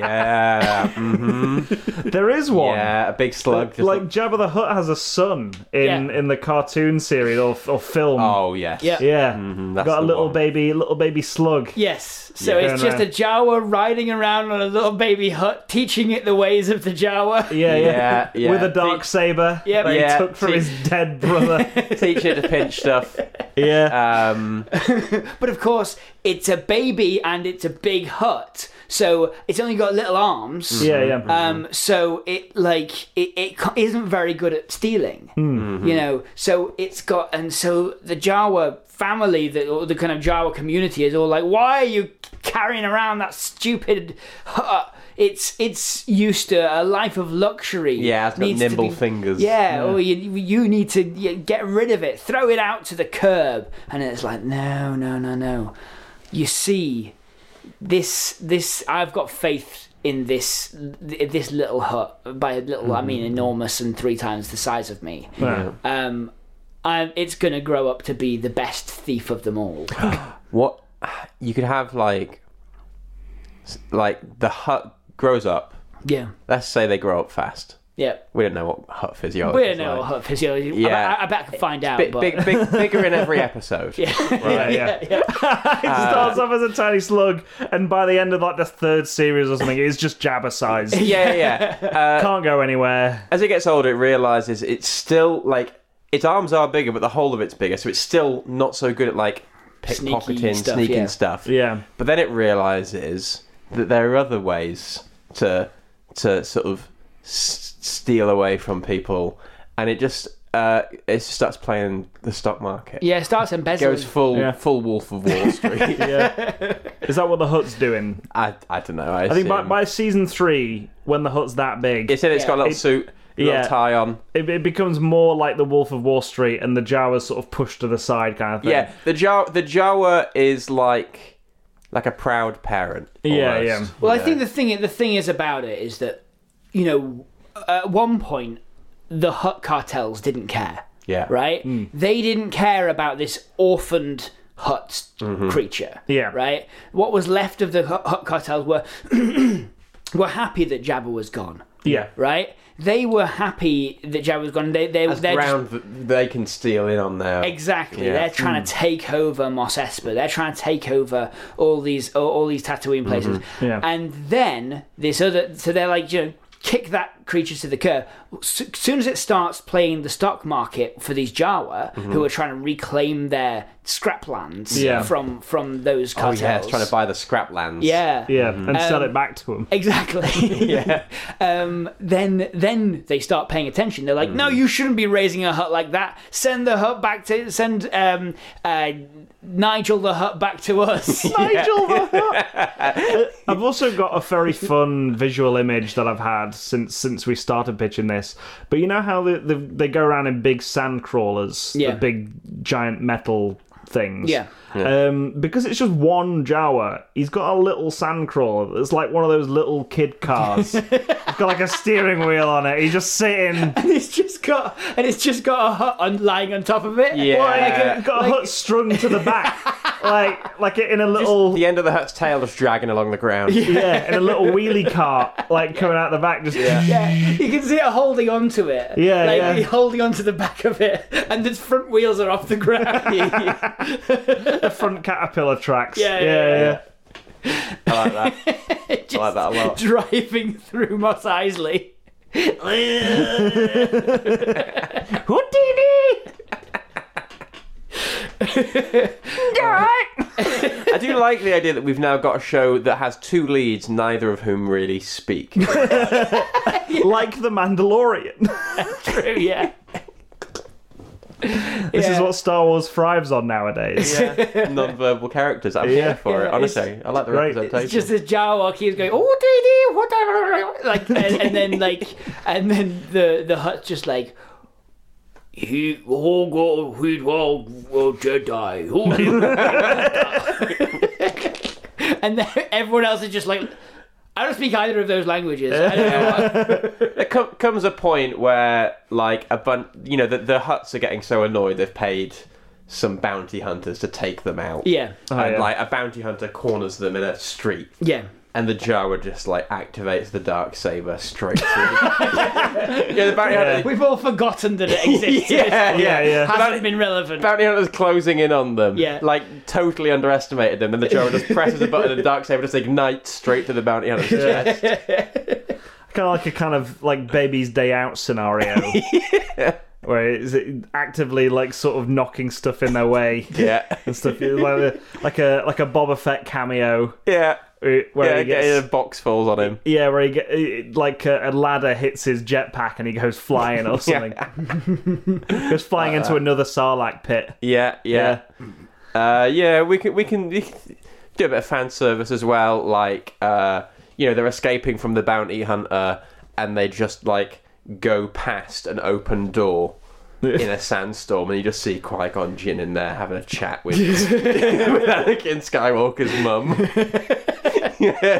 [SPEAKER 2] Yeah. Mm-hmm.
[SPEAKER 3] There is one.
[SPEAKER 2] yeah, a big slug. just
[SPEAKER 3] Like Jabba the Hutt has a son in
[SPEAKER 1] Yeah.
[SPEAKER 3] in the cartoon series or or film.
[SPEAKER 2] oh, yes.
[SPEAKER 1] Yeah.
[SPEAKER 3] Yeah,
[SPEAKER 2] that's
[SPEAKER 3] got a
[SPEAKER 2] the
[SPEAKER 3] little
[SPEAKER 2] one.
[SPEAKER 3] baby, little baby slug.
[SPEAKER 1] Yes, so
[SPEAKER 3] Yeah.
[SPEAKER 1] it's just a Jawa riding around on a little baby hut, teaching it the ways of the Jawa.
[SPEAKER 3] Yeah, yeah,
[SPEAKER 2] Yeah, yeah.
[SPEAKER 3] with a dark saber.
[SPEAKER 1] Yeah,
[SPEAKER 3] that he
[SPEAKER 2] yeah.
[SPEAKER 3] took from his dead brother.
[SPEAKER 2] *laughs* Teach it to pinch stuff.
[SPEAKER 3] yeah,
[SPEAKER 2] Um,
[SPEAKER 1] But of course, it's a baby and it's a big hut, so it's only got little arms.
[SPEAKER 3] yeah, yeah.
[SPEAKER 2] Uh-huh.
[SPEAKER 1] Um, so it like it, it co- isn't very good at stealing,
[SPEAKER 2] Hmm. Mm-hmm.
[SPEAKER 1] you know. So it's got and so the Jawa family, the or the kind of Jawa community is all like, why are you carrying around that stupid? hut?" It's it's used to a life of luxury.
[SPEAKER 2] yeah, it's got
[SPEAKER 1] Needs to
[SPEAKER 2] nimble
[SPEAKER 1] be-
[SPEAKER 2] fingers.
[SPEAKER 1] Yeah, or you, you need to y- get rid of it, throw it out to the curb, and it's like no, no, no, no. You see, this this I've got faith in this th- this little hut. By little, I mean enormous and three times the size of me.
[SPEAKER 3] Yeah.
[SPEAKER 1] Um, i it's gonna grow up to be the best thief of them all.
[SPEAKER 2] What you could have like, s- like the hut grows up.
[SPEAKER 1] yeah,
[SPEAKER 2] Let's say they grow up fast.
[SPEAKER 1] yeah.
[SPEAKER 2] We don't know what hut physiology.
[SPEAKER 1] We
[SPEAKER 2] is
[SPEAKER 1] don't know
[SPEAKER 2] like.
[SPEAKER 1] what hut physiology. I,
[SPEAKER 2] Yeah.
[SPEAKER 1] bet- I, bet I can find out. *laughs*
[SPEAKER 2] Big,
[SPEAKER 1] but
[SPEAKER 2] big, big, bigger in every
[SPEAKER 1] *laughs*
[SPEAKER 2] episode.
[SPEAKER 3] Right, yeah.
[SPEAKER 1] yeah.
[SPEAKER 3] It starts off as a tiny slug, and by the end of like the third series or something, it's just Jabba size.
[SPEAKER 2] yeah, yeah. yeah. Uh,
[SPEAKER 3] Can't go anywhere.
[SPEAKER 2] as it gets older, it realizes it's still like its arms are bigger, but the whole of it's bigger, so it's still not so good at like
[SPEAKER 1] Sneaky
[SPEAKER 2] pickpocketing,
[SPEAKER 1] stuff,
[SPEAKER 2] sneaking
[SPEAKER 1] yeah.
[SPEAKER 2] stuff.
[SPEAKER 3] Yeah,
[SPEAKER 2] But then it realizes that there are other ways to to sort of s- steal away from people, and it just uh, it just starts playing the stock market.
[SPEAKER 1] yeah, it starts embezzling.
[SPEAKER 2] Goes full
[SPEAKER 3] Yeah.
[SPEAKER 2] full Wolf of Wall
[SPEAKER 3] *laughs*
[SPEAKER 2] Street.
[SPEAKER 3] yeah. Is that what the hut's doing?
[SPEAKER 2] I, I don't know. I,
[SPEAKER 3] I think by,
[SPEAKER 2] assume.
[SPEAKER 3] by season three, when the hut's that big,
[SPEAKER 2] It said it's got a little
[SPEAKER 3] It-
[SPEAKER 2] suit, a little
[SPEAKER 3] yeah.
[SPEAKER 2] tie on.
[SPEAKER 3] it, it becomes more like the Wolf of Wall Street, and the Jawas sort of pushed to the side kind of thing.
[SPEAKER 2] Yeah, the Jawa, the Jawa is like like a proud parent.
[SPEAKER 3] Yeah,
[SPEAKER 2] almost.
[SPEAKER 3] yeah.
[SPEAKER 1] Well, I think the thing the thing is about it is that you know at one point the hut cartels didn't care,
[SPEAKER 2] yeah,
[SPEAKER 1] right? They didn't care about this orphaned hut creature.
[SPEAKER 3] Yeah.
[SPEAKER 1] Right. What was left of the hut, hut cartels were *clears throat* were happy that Jabba was gone.
[SPEAKER 3] yeah.
[SPEAKER 1] Right. They were happy that Jabba was gone. They they they're just-
[SPEAKER 2] Ground that they can steal in on there.
[SPEAKER 1] Exactly.
[SPEAKER 2] Yeah. Hmm.
[SPEAKER 1] They're trying to take over Mos Espa. They're trying to take over all these all, all these Tatooine
[SPEAKER 2] Mm-hmm.
[SPEAKER 1] places.
[SPEAKER 3] Yeah.
[SPEAKER 1] And then this other, so they're like, you know, kick that creature to the curb. S- As soon as it starts playing the stock market for these Jawa,
[SPEAKER 2] Mm-hmm.
[SPEAKER 1] who are trying to reclaim their scraplands
[SPEAKER 3] Yeah.
[SPEAKER 1] from from those
[SPEAKER 2] Oh
[SPEAKER 1] cartels.
[SPEAKER 2] yeah, it's trying to buy the scrap lands.
[SPEAKER 1] Yeah.
[SPEAKER 3] Yeah,
[SPEAKER 2] Mm-hmm.
[SPEAKER 3] and sell
[SPEAKER 2] Um,
[SPEAKER 3] it back to him.
[SPEAKER 1] Exactly.
[SPEAKER 3] *laughs*
[SPEAKER 1] yeah. Um, then then they start paying attention. They're like,
[SPEAKER 3] Mm.
[SPEAKER 1] no, you shouldn't be raising a hut like that. Send the hut back to send um, uh, Nigel the hut back to
[SPEAKER 3] *laughs*
[SPEAKER 1] us.
[SPEAKER 3] Nigel the Hut. *laughs* I've also got a very fun visual image that I've had since since we started pitching this. But you know how the, the, they go around in big sand crawlers,
[SPEAKER 1] Yeah.
[SPEAKER 3] the big giant metal things.
[SPEAKER 1] Yeah.
[SPEAKER 3] Um, because it's just one Jawa, he's got a little sand crawler. It's like one of those little kid
[SPEAKER 1] *laughs*
[SPEAKER 3] cars. it's got like a steering wheel on it. He's just
[SPEAKER 1] *laughs*
[SPEAKER 3] sitting.
[SPEAKER 1] and it's just got and it's just got a hut on, lying on top of it.
[SPEAKER 2] Yeah.
[SPEAKER 1] Or like a-
[SPEAKER 3] He's got a
[SPEAKER 1] like-
[SPEAKER 3] hook strung to the back, like like in a little
[SPEAKER 1] *laughs*
[SPEAKER 2] The end of the hut's tail just dragging along the ground.
[SPEAKER 3] yeah, in a little wheelie cart, like coming out the back, just
[SPEAKER 1] yeah, you can see it holding onto it.
[SPEAKER 3] Yeah,
[SPEAKER 1] like
[SPEAKER 3] yeah.
[SPEAKER 1] holding onto the back of it, and its front wheels are off the ground.
[SPEAKER 3] *laughs*
[SPEAKER 1] *laughs*
[SPEAKER 3] the front caterpillar tracks.
[SPEAKER 1] Yeah, yeah, yeah, yeah.
[SPEAKER 2] I like that.
[SPEAKER 1] *laughs* Just
[SPEAKER 2] I like that a lot.
[SPEAKER 1] driving through Moss *laughs* Isley. *laughs* Houdini!
[SPEAKER 2] I do like the idea that we've now got a show that has two leads, neither of whom really speak.
[SPEAKER 1] *laughs*
[SPEAKER 2] It's
[SPEAKER 3] like The Mandalorian.
[SPEAKER 1] True, yeah.
[SPEAKER 3] this is
[SPEAKER 1] Yeah.
[SPEAKER 3] what Star Wars thrives on nowadays.
[SPEAKER 2] yeah, non-verbal characters. I'm
[SPEAKER 3] Yeah.
[SPEAKER 2] here for it.
[SPEAKER 1] Yeah, it's-
[SPEAKER 2] Honestly, I like the
[SPEAKER 3] great. It's
[SPEAKER 2] representation.
[SPEAKER 1] It's just this Jawa keeps going, oh, dee dee, whatever, like, and, and then like, and then the the hut's just like, he, oh god, he, oh, oh Jedi, oh, Jedi." *laughs* and then everyone else is just like, I don't speak either of those languages. I don't know why.
[SPEAKER 2] There com- comes a point where, like, a bunch, you know, the, the huts are getting so annoyed they've paid some bounty hunters to take them out.
[SPEAKER 1] Yeah,
[SPEAKER 2] and,
[SPEAKER 3] Oh, yeah.
[SPEAKER 2] like, a bounty hunter corners them in a street.
[SPEAKER 1] yeah.
[SPEAKER 2] And the Jawa just, like, activates the dark saber
[SPEAKER 1] *laughs*
[SPEAKER 2] straight through. yeah, the bounty hunter.
[SPEAKER 1] We've all forgotten that it exists.
[SPEAKER 2] *laughs* Yeah, yeah,
[SPEAKER 3] yeah.
[SPEAKER 1] Hasn't
[SPEAKER 2] Bounty-
[SPEAKER 1] been relevant.
[SPEAKER 2] Bounty hunters closing in on them.
[SPEAKER 1] Yeah.
[SPEAKER 2] Like, totally underestimated them. And the Jawa just presses a button and the dark saber just ignites straight to the bounty hunter's
[SPEAKER 3] *laughs*
[SPEAKER 2] chest.
[SPEAKER 3] kind of like a kind of like baby's day out scenario. Where it's actively like sort of knocking stuff in their way
[SPEAKER 2] Yeah.
[SPEAKER 3] and stuff like a like a like a Boba Fett cameo Uh,
[SPEAKER 2] Yeah.
[SPEAKER 3] where
[SPEAKER 2] Yeah,
[SPEAKER 3] he gets
[SPEAKER 2] a box falls on him.
[SPEAKER 3] yeah where he get it- like a, a ladder hits his jetpack and he goes flying or something *laughs* goes flying into another Sarlacc pit
[SPEAKER 2] Yeah, yeah. Yeah, uh, yeah we can we can we can do a bit of fan service as well. Like, uh, you know, they're escaping from the bounty hunter, and they just like go past an open door. In a sandstorm, and you just see Qui Gon Jinn in there having a chat with, *laughs* with Anakin Skywalker's mum. *laughs*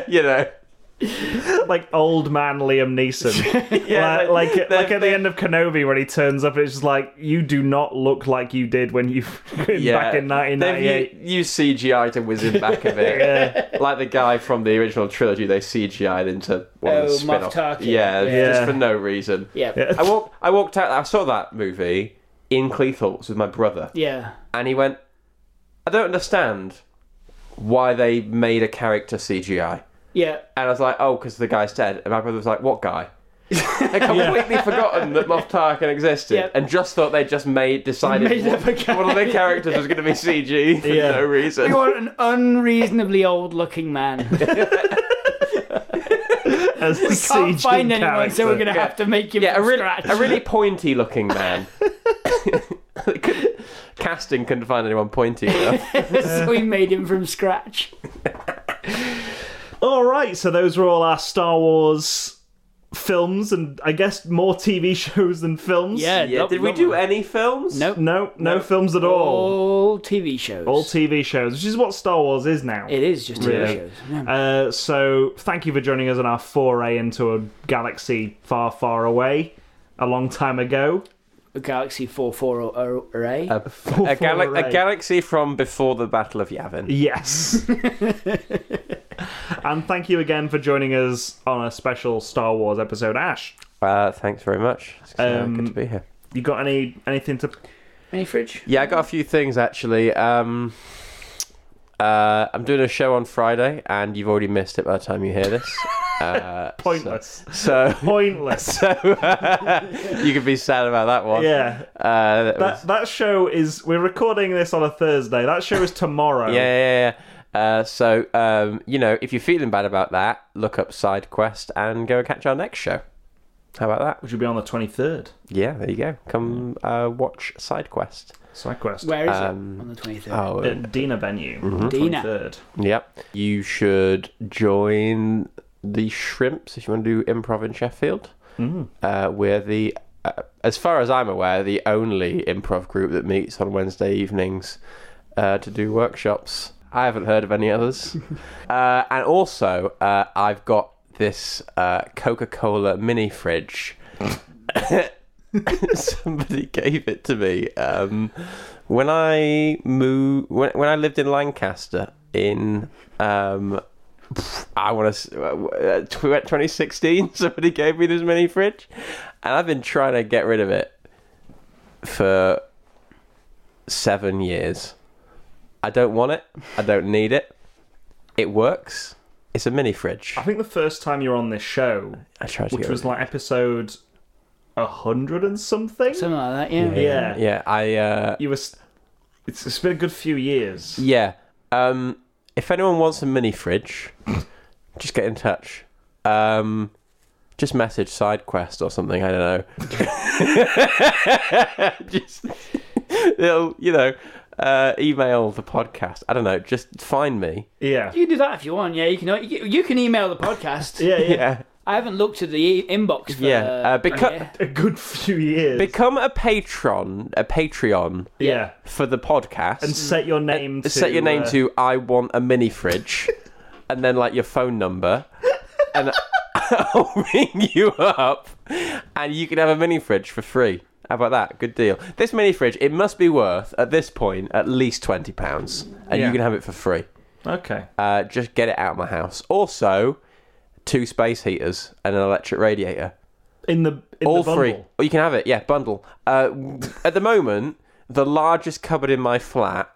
[SPEAKER 2] you know,
[SPEAKER 3] like old man Liam Neeson
[SPEAKER 1] *laughs*
[SPEAKER 2] Yeah,
[SPEAKER 3] like like,
[SPEAKER 2] they're-
[SPEAKER 3] like at the end of Kenobi when he turns up it's just like you do not look like you did when you *laughs* back in 1998
[SPEAKER 2] They've u- used CGI to whiz him back a
[SPEAKER 3] *laughs*
[SPEAKER 2] bit. Like the guy from the original trilogy, they CGI'd into one of
[SPEAKER 1] Oh,
[SPEAKER 2] the
[SPEAKER 1] Moff
[SPEAKER 2] spin-off.
[SPEAKER 1] Tarkin.
[SPEAKER 2] Yeah,
[SPEAKER 1] Yeah.
[SPEAKER 2] just for no reason.
[SPEAKER 1] yeah,
[SPEAKER 3] Yeah.
[SPEAKER 2] I walked. I walked out. I saw that movie in Cleethorpes with my brother,
[SPEAKER 1] yeah.
[SPEAKER 2] and he went, "I don't understand why they made a character CGI."
[SPEAKER 1] yeah.
[SPEAKER 2] And I was like, "Oh, because the guy's dead." And my brother was like, "What
[SPEAKER 1] *laughs*
[SPEAKER 2] guy?" They completely forgotten that Moff Tarkin existed,
[SPEAKER 1] Yep.
[SPEAKER 2] and just thought they just made decided
[SPEAKER 1] Made up
[SPEAKER 2] one,
[SPEAKER 1] a guy.
[SPEAKER 2] one of their characters was
[SPEAKER 1] *laughs*
[SPEAKER 2] going to be CG for
[SPEAKER 3] Yeah.
[SPEAKER 2] no reason.
[SPEAKER 1] You are an unreasonably old-looking man.
[SPEAKER 3] *laughs* as a
[SPEAKER 1] can't
[SPEAKER 3] CG
[SPEAKER 1] find anyone, so we're
[SPEAKER 3] character.
[SPEAKER 1] gonna have to make him
[SPEAKER 2] Yeah, a
[SPEAKER 1] from
[SPEAKER 2] really,
[SPEAKER 1] scratch.
[SPEAKER 2] a really pointy looking man. Casting couldn't find anyone pointy enough.
[SPEAKER 1] *laughs* *laughs* so we made him from scratch.
[SPEAKER 3] All right, so those were all our Star Wars films, and I guess more TV *laughs* shows than films.
[SPEAKER 1] Yeah,
[SPEAKER 2] Yeah,
[SPEAKER 1] nope,
[SPEAKER 2] did we
[SPEAKER 1] nope.
[SPEAKER 2] do any films?
[SPEAKER 1] Nope.
[SPEAKER 3] No, no, films at all.
[SPEAKER 1] All TV shows.
[SPEAKER 3] All TV shows, which is what Star Wars is now.
[SPEAKER 1] it is just TV
[SPEAKER 3] Really?
[SPEAKER 1] shows. Yeah.
[SPEAKER 3] Uh, so thank you for joining us on our foray into a galaxy far, far away, a long time ago.
[SPEAKER 1] A Galaxy 440 oh, array. *laughs*
[SPEAKER 2] A, Uh, a, gala- a galaxy from before the Battle of Yavin.
[SPEAKER 3] Yes. *laughs* and thank you again for joining us on a special Star Wars episode. Ash,
[SPEAKER 2] Uh, thanks very much. It's uh,
[SPEAKER 3] Um,
[SPEAKER 2] good to be here.
[SPEAKER 3] you got any anything to?
[SPEAKER 1] Mini fridge.
[SPEAKER 2] Yeah, I got a few things actually. Um, uh, I'm doing a show on Friday, and you've already missed it by the time you hear this. *laughs* Uh,
[SPEAKER 3] Pointless.
[SPEAKER 2] So,
[SPEAKER 3] *laughs* Pointless.
[SPEAKER 2] *laughs* so you could be sad about that one.
[SPEAKER 3] yeah.
[SPEAKER 2] Uh, that was-
[SPEAKER 3] That that show is we're recording this on a Thursday. That show is tomorrow.
[SPEAKER 2] Yeah, yeah, yeah. Uh, so, um, you know, if you're feeling bad about that, look up Side Quest and go and catch our next show. How about that?
[SPEAKER 3] Which will be on the twenty third.
[SPEAKER 2] Yeah, there you go. Come uh, watch Side Quest.
[SPEAKER 3] SideQuest.
[SPEAKER 1] Where is
[SPEAKER 2] Um,
[SPEAKER 1] it? On the 23rd.
[SPEAKER 2] Oh,
[SPEAKER 3] At Dina venue.
[SPEAKER 2] Mm-hmm.
[SPEAKER 1] Dina.
[SPEAKER 3] Twenty third.
[SPEAKER 2] yep. You should join the Shrimps if you want to do improv in Sheffield. Uh, we're the, uh, as far as I'm aware, the only improv group that meets on Wednesday evenings uh, to do workshops. I haven't heard of any others. uh, and also, uh, I've got this uh, Coca Cola mini fridge. *laughs* Somebody gave it to me um, when I moved when, when I lived in Lancaster in um, I uh, want to. Twenty sixteen. *laughs* Somebody gave me this mini fridge, and I've been trying to get rid of it for seven years. I don't want it. I don't need it. It works. It's a mini fridge.
[SPEAKER 3] I think the first time you were on this show,
[SPEAKER 2] I tried to
[SPEAKER 3] which
[SPEAKER 2] get
[SPEAKER 3] was
[SPEAKER 2] rid
[SPEAKER 3] like episode a hundred and something.
[SPEAKER 1] Something like that, yeah.
[SPEAKER 2] of it.
[SPEAKER 3] yeah.
[SPEAKER 2] yeah. I. Uh,
[SPEAKER 3] You were. s- It's, it's been a good few years.
[SPEAKER 2] Yeah. Um, if anyone wants a mini fridge, just get in touch. Um, just message SideQuest or something. I don't know. *laughs* just it'll, you know, uh, email the podcast. I don't know. Just find me.
[SPEAKER 3] Yeah.
[SPEAKER 1] You can do that if you want. Yeah, you can. You you can email the podcast.
[SPEAKER 3] Yeah, yeah.
[SPEAKER 2] Yeah,
[SPEAKER 1] I haven't looked at the e- inbox. For,
[SPEAKER 2] yeah.
[SPEAKER 1] uh,
[SPEAKER 2] Uh, becau-
[SPEAKER 1] yeah.
[SPEAKER 3] A good few years.
[SPEAKER 2] become a patron, a Patreon
[SPEAKER 3] yeah.
[SPEAKER 2] for the podcast.
[SPEAKER 3] And set your name to.
[SPEAKER 2] set your name
[SPEAKER 3] uh,
[SPEAKER 2] to I want a mini fridge, *laughs* and then like your phone number, and *laughs* I'll ring you up, and you can have a mini fridge for free. How about that? Good deal. This mini fridge, it must be worth at this point at least twenty pounds, and
[SPEAKER 3] Yeah.
[SPEAKER 2] you can have it for free.
[SPEAKER 3] Okay.
[SPEAKER 2] Uh, just get it out of my house. Also, two space heaters and an electric radiator
[SPEAKER 3] In the. In
[SPEAKER 2] all
[SPEAKER 3] the
[SPEAKER 2] free.
[SPEAKER 3] bundle.
[SPEAKER 2] Or you can have it, yeah, bundle. Uh, at the moment, the largest cupboard in my flat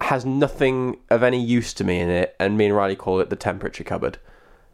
[SPEAKER 2] has nothing of any use to me in it, and me and Riley call it the temperature cupboard.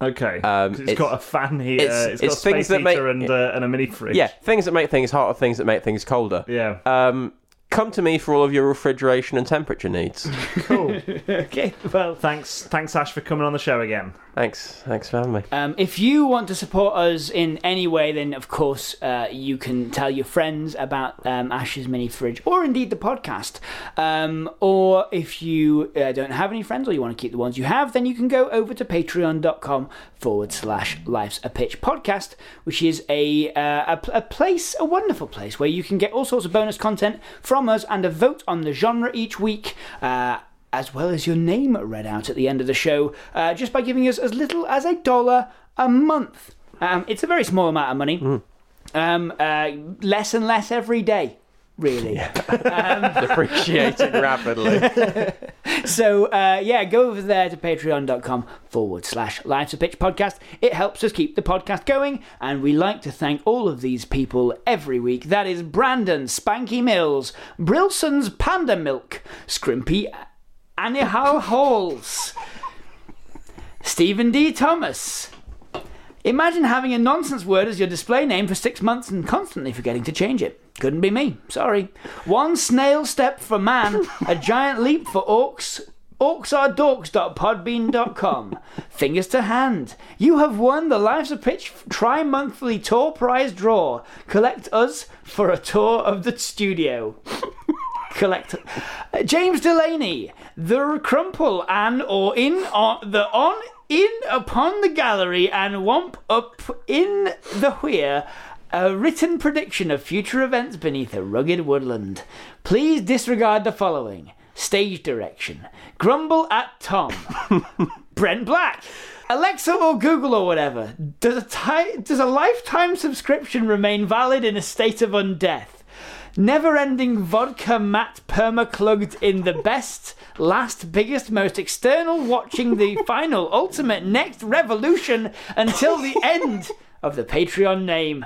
[SPEAKER 3] Okay.
[SPEAKER 2] Um,
[SPEAKER 3] 'Cause it's
[SPEAKER 2] it's-
[SPEAKER 3] got a fan here.
[SPEAKER 2] it's-
[SPEAKER 3] it's got
[SPEAKER 2] it's
[SPEAKER 3] a
[SPEAKER 2] things
[SPEAKER 3] space
[SPEAKER 2] that make-
[SPEAKER 3] heater and, uh, and a mini fridge.
[SPEAKER 2] Yeah, things that make things hotter, things that make things colder.
[SPEAKER 3] Yeah.
[SPEAKER 2] Um, come to me for all of your refrigeration and temperature needs. *laughs*
[SPEAKER 3] Cool.
[SPEAKER 1] Okay. Well,
[SPEAKER 3] thanks, thanks, Ash, for coming on the show again.
[SPEAKER 2] thanks, thanks for having me.
[SPEAKER 1] Um, if you want to support us in any way, then of course uh, you can tell your friends about um, Ash's Mini Fridge or indeed the podcast. Um, or if you uh, don't have any friends or you want to keep the ones you have, then you can go over to patreon.com forward slash Life's a Pitch podcast, which is a, uh, a, pl- a place, a wonderful place where you can get all sorts of bonus content from us and a vote on the genre each week. Uh, as well as your name read out at the end of the show, uh, just by giving us as little as a dollar a month. Um, it's a very small amount of money, um, uh, less and less every day, really.
[SPEAKER 2] Depreciating *laughs* rapidly.
[SPEAKER 1] So, uh, yeah, go over there to patreon.com forward slash Life's a Pitch podcast. It helps us keep the podcast going, and we like to thank all of these people every week. That is Brandon, Spanky Mills, Brilson's Panda Milk, Scrimpy Anihal Halls, Stephen D. Thomas. Imagine having a nonsense word as your display name for six months and constantly forgetting to change it. Couldn't be me. Sorry. One snail step for man, a giant leap for orcs. Orcsaredorks.podbean.com. Fingers to hand. You have won the Lives of Pitch tri monthly tour prize draw. Collect us for a tour of the studio collector. Uh, James Delaney, the crumple and or in on the on in upon the gallery and womp up in the where. A written prediction of future events beneath a rugged woodland. Please disregard the following stage direction. Grumble at Tom. Brent Black. Alexa or Google or whatever. Does a ti- does a lifetime subscription remain valid in a state of undeath? Never-ending vodka mat perma-clugged in the best, last, biggest, most external, watching the final, ultimate, next revolution until the end of the Patreon name.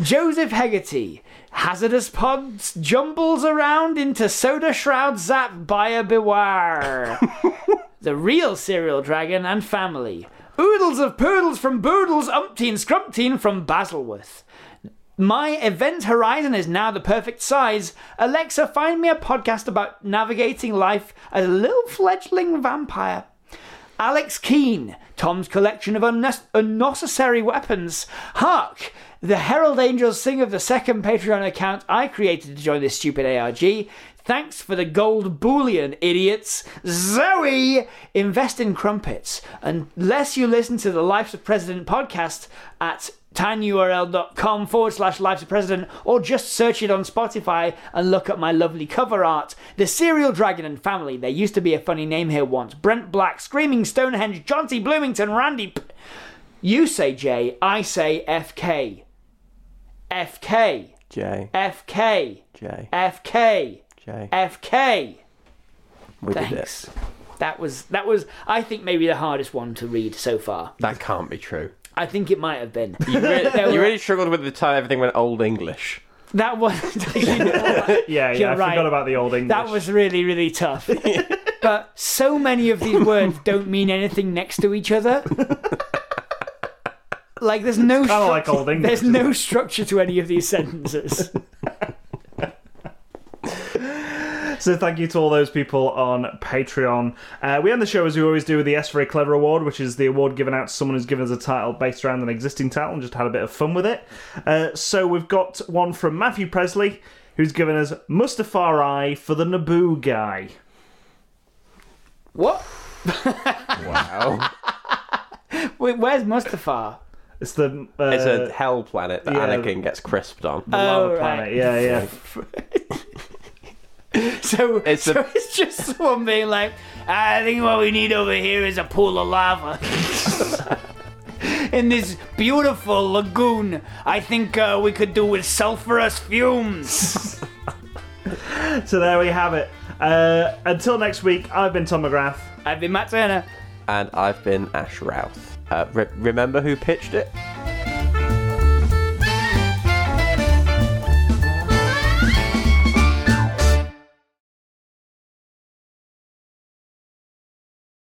[SPEAKER 1] Joseph Hegarty. Hazardous pods jumbles around into soda shroud zap buyer beware the real serial dragon and family. Oodles of poodles from Boodles, umpteen scrumpteen from Basilworth. My event horizon is now the perfect size. Alexa, find me a podcast about navigating life as a little fledgling vampire. Alex Keane, Tom's collection of unnes- unnecessary weapons. Hark! The Herald Angels sing of the second Patreon account I created to join this stupid ARG. Thanks for the gold bullion, idiots. Zoe! Invest in crumpets. Unless you listen to the Life's of President podcast at tinyurl.com forward slash Life's a President, or just search it on Spotify and look at my lovely cover art. The Serial Dragon and Family. There used to be a funny name here once. Brent Black, Screaming Stonehenge, Jaunty Bloomington, Randy. P- you say J, I say FK. FK.
[SPEAKER 2] J,
[SPEAKER 1] FK.
[SPEAKER 2] J,
[SPEAKER 1] FK.
[SPEAKER 2] J.
[SPEAKER 1] FK.
[SPEAKER 2] We did it.
[SPEAKER 1] Thanks. That was that was I think maybe the hardest one to read so far.
[SPEAKER 2] That can't be true.
[SPEAKER 1] I think it might have been.
[SPEAKER 2] You really,
[SPEAKER 1] were-
[SPEAKER 2] you really struggled with the time everything went old English.
[SPEAKER 1] That
[SPEAKER 2] *laughs*
[SPEAKER 1] was
[SPEAKER 3] Yeah, yeah.
[SPEAKER 1] You're
[SPEAKER 3] I
[SPEAKER 1] right.
[SPEAKER 3] forgot about the old English.
[SPEAKER 1] That was really,
[SPEAKER 3] *laughs*
[SPEAKER 1] really tough. but so many of these words don't mean anything next to each other. like there's no
[SPEAKER 3] kind
[SPEAKER 1] struc-
[SPEAKER 3] of like old English.
[SPEAKER 1] there's
[SPEAKER 3] *laughs*
[SPEAKER 1] no structure to any of these sentences.
[SPEAKER 3] So thank you to all those people on Patreon. Uh, we end the show as we always do with the S for a Clever Award, which is the award given out to someone who's given us a title based around an existing title and just had a bit of fun with it. Uh, so we've got one from Matthew Presley, who's given us Mustafari for the Naboo guy.
[SPEAKER 1] What?
[SPEAKER 2] Wow.
[SPEAKER 1] Wait, where's Mustafar?
[SPEAKER 3] It's the uh,
[SPEAKER 2] it's a hell planet that
[SPEAKER 3] yeah.
[SPEAKER 2] Anakin gets crisped on.
[SPEAKER 3] the lava
[SPEAKER 1] Oh, right.
[SPEAKER 3] planet. Yeah, yeah.
[SPEAKER 1] So it's,
[SPEAKER 2] It's
[SPEAKER 1] so
[SPEAKER 2] a-
[SPEAKER 1] it's just someone being like, I think what we need over here is a pool of lava. *laughs* In this beautiful lagoon, I think uh, we could do with sulfurous fumes.
[SPEAKER 3] So there we have it. Uh, until next week, I've been Tom McGrath.
[SPEAKER 1] I've been Matt Turner.
[SPEAKER 2] And I've been Ash Routh. Uh, re- remember who pitched it?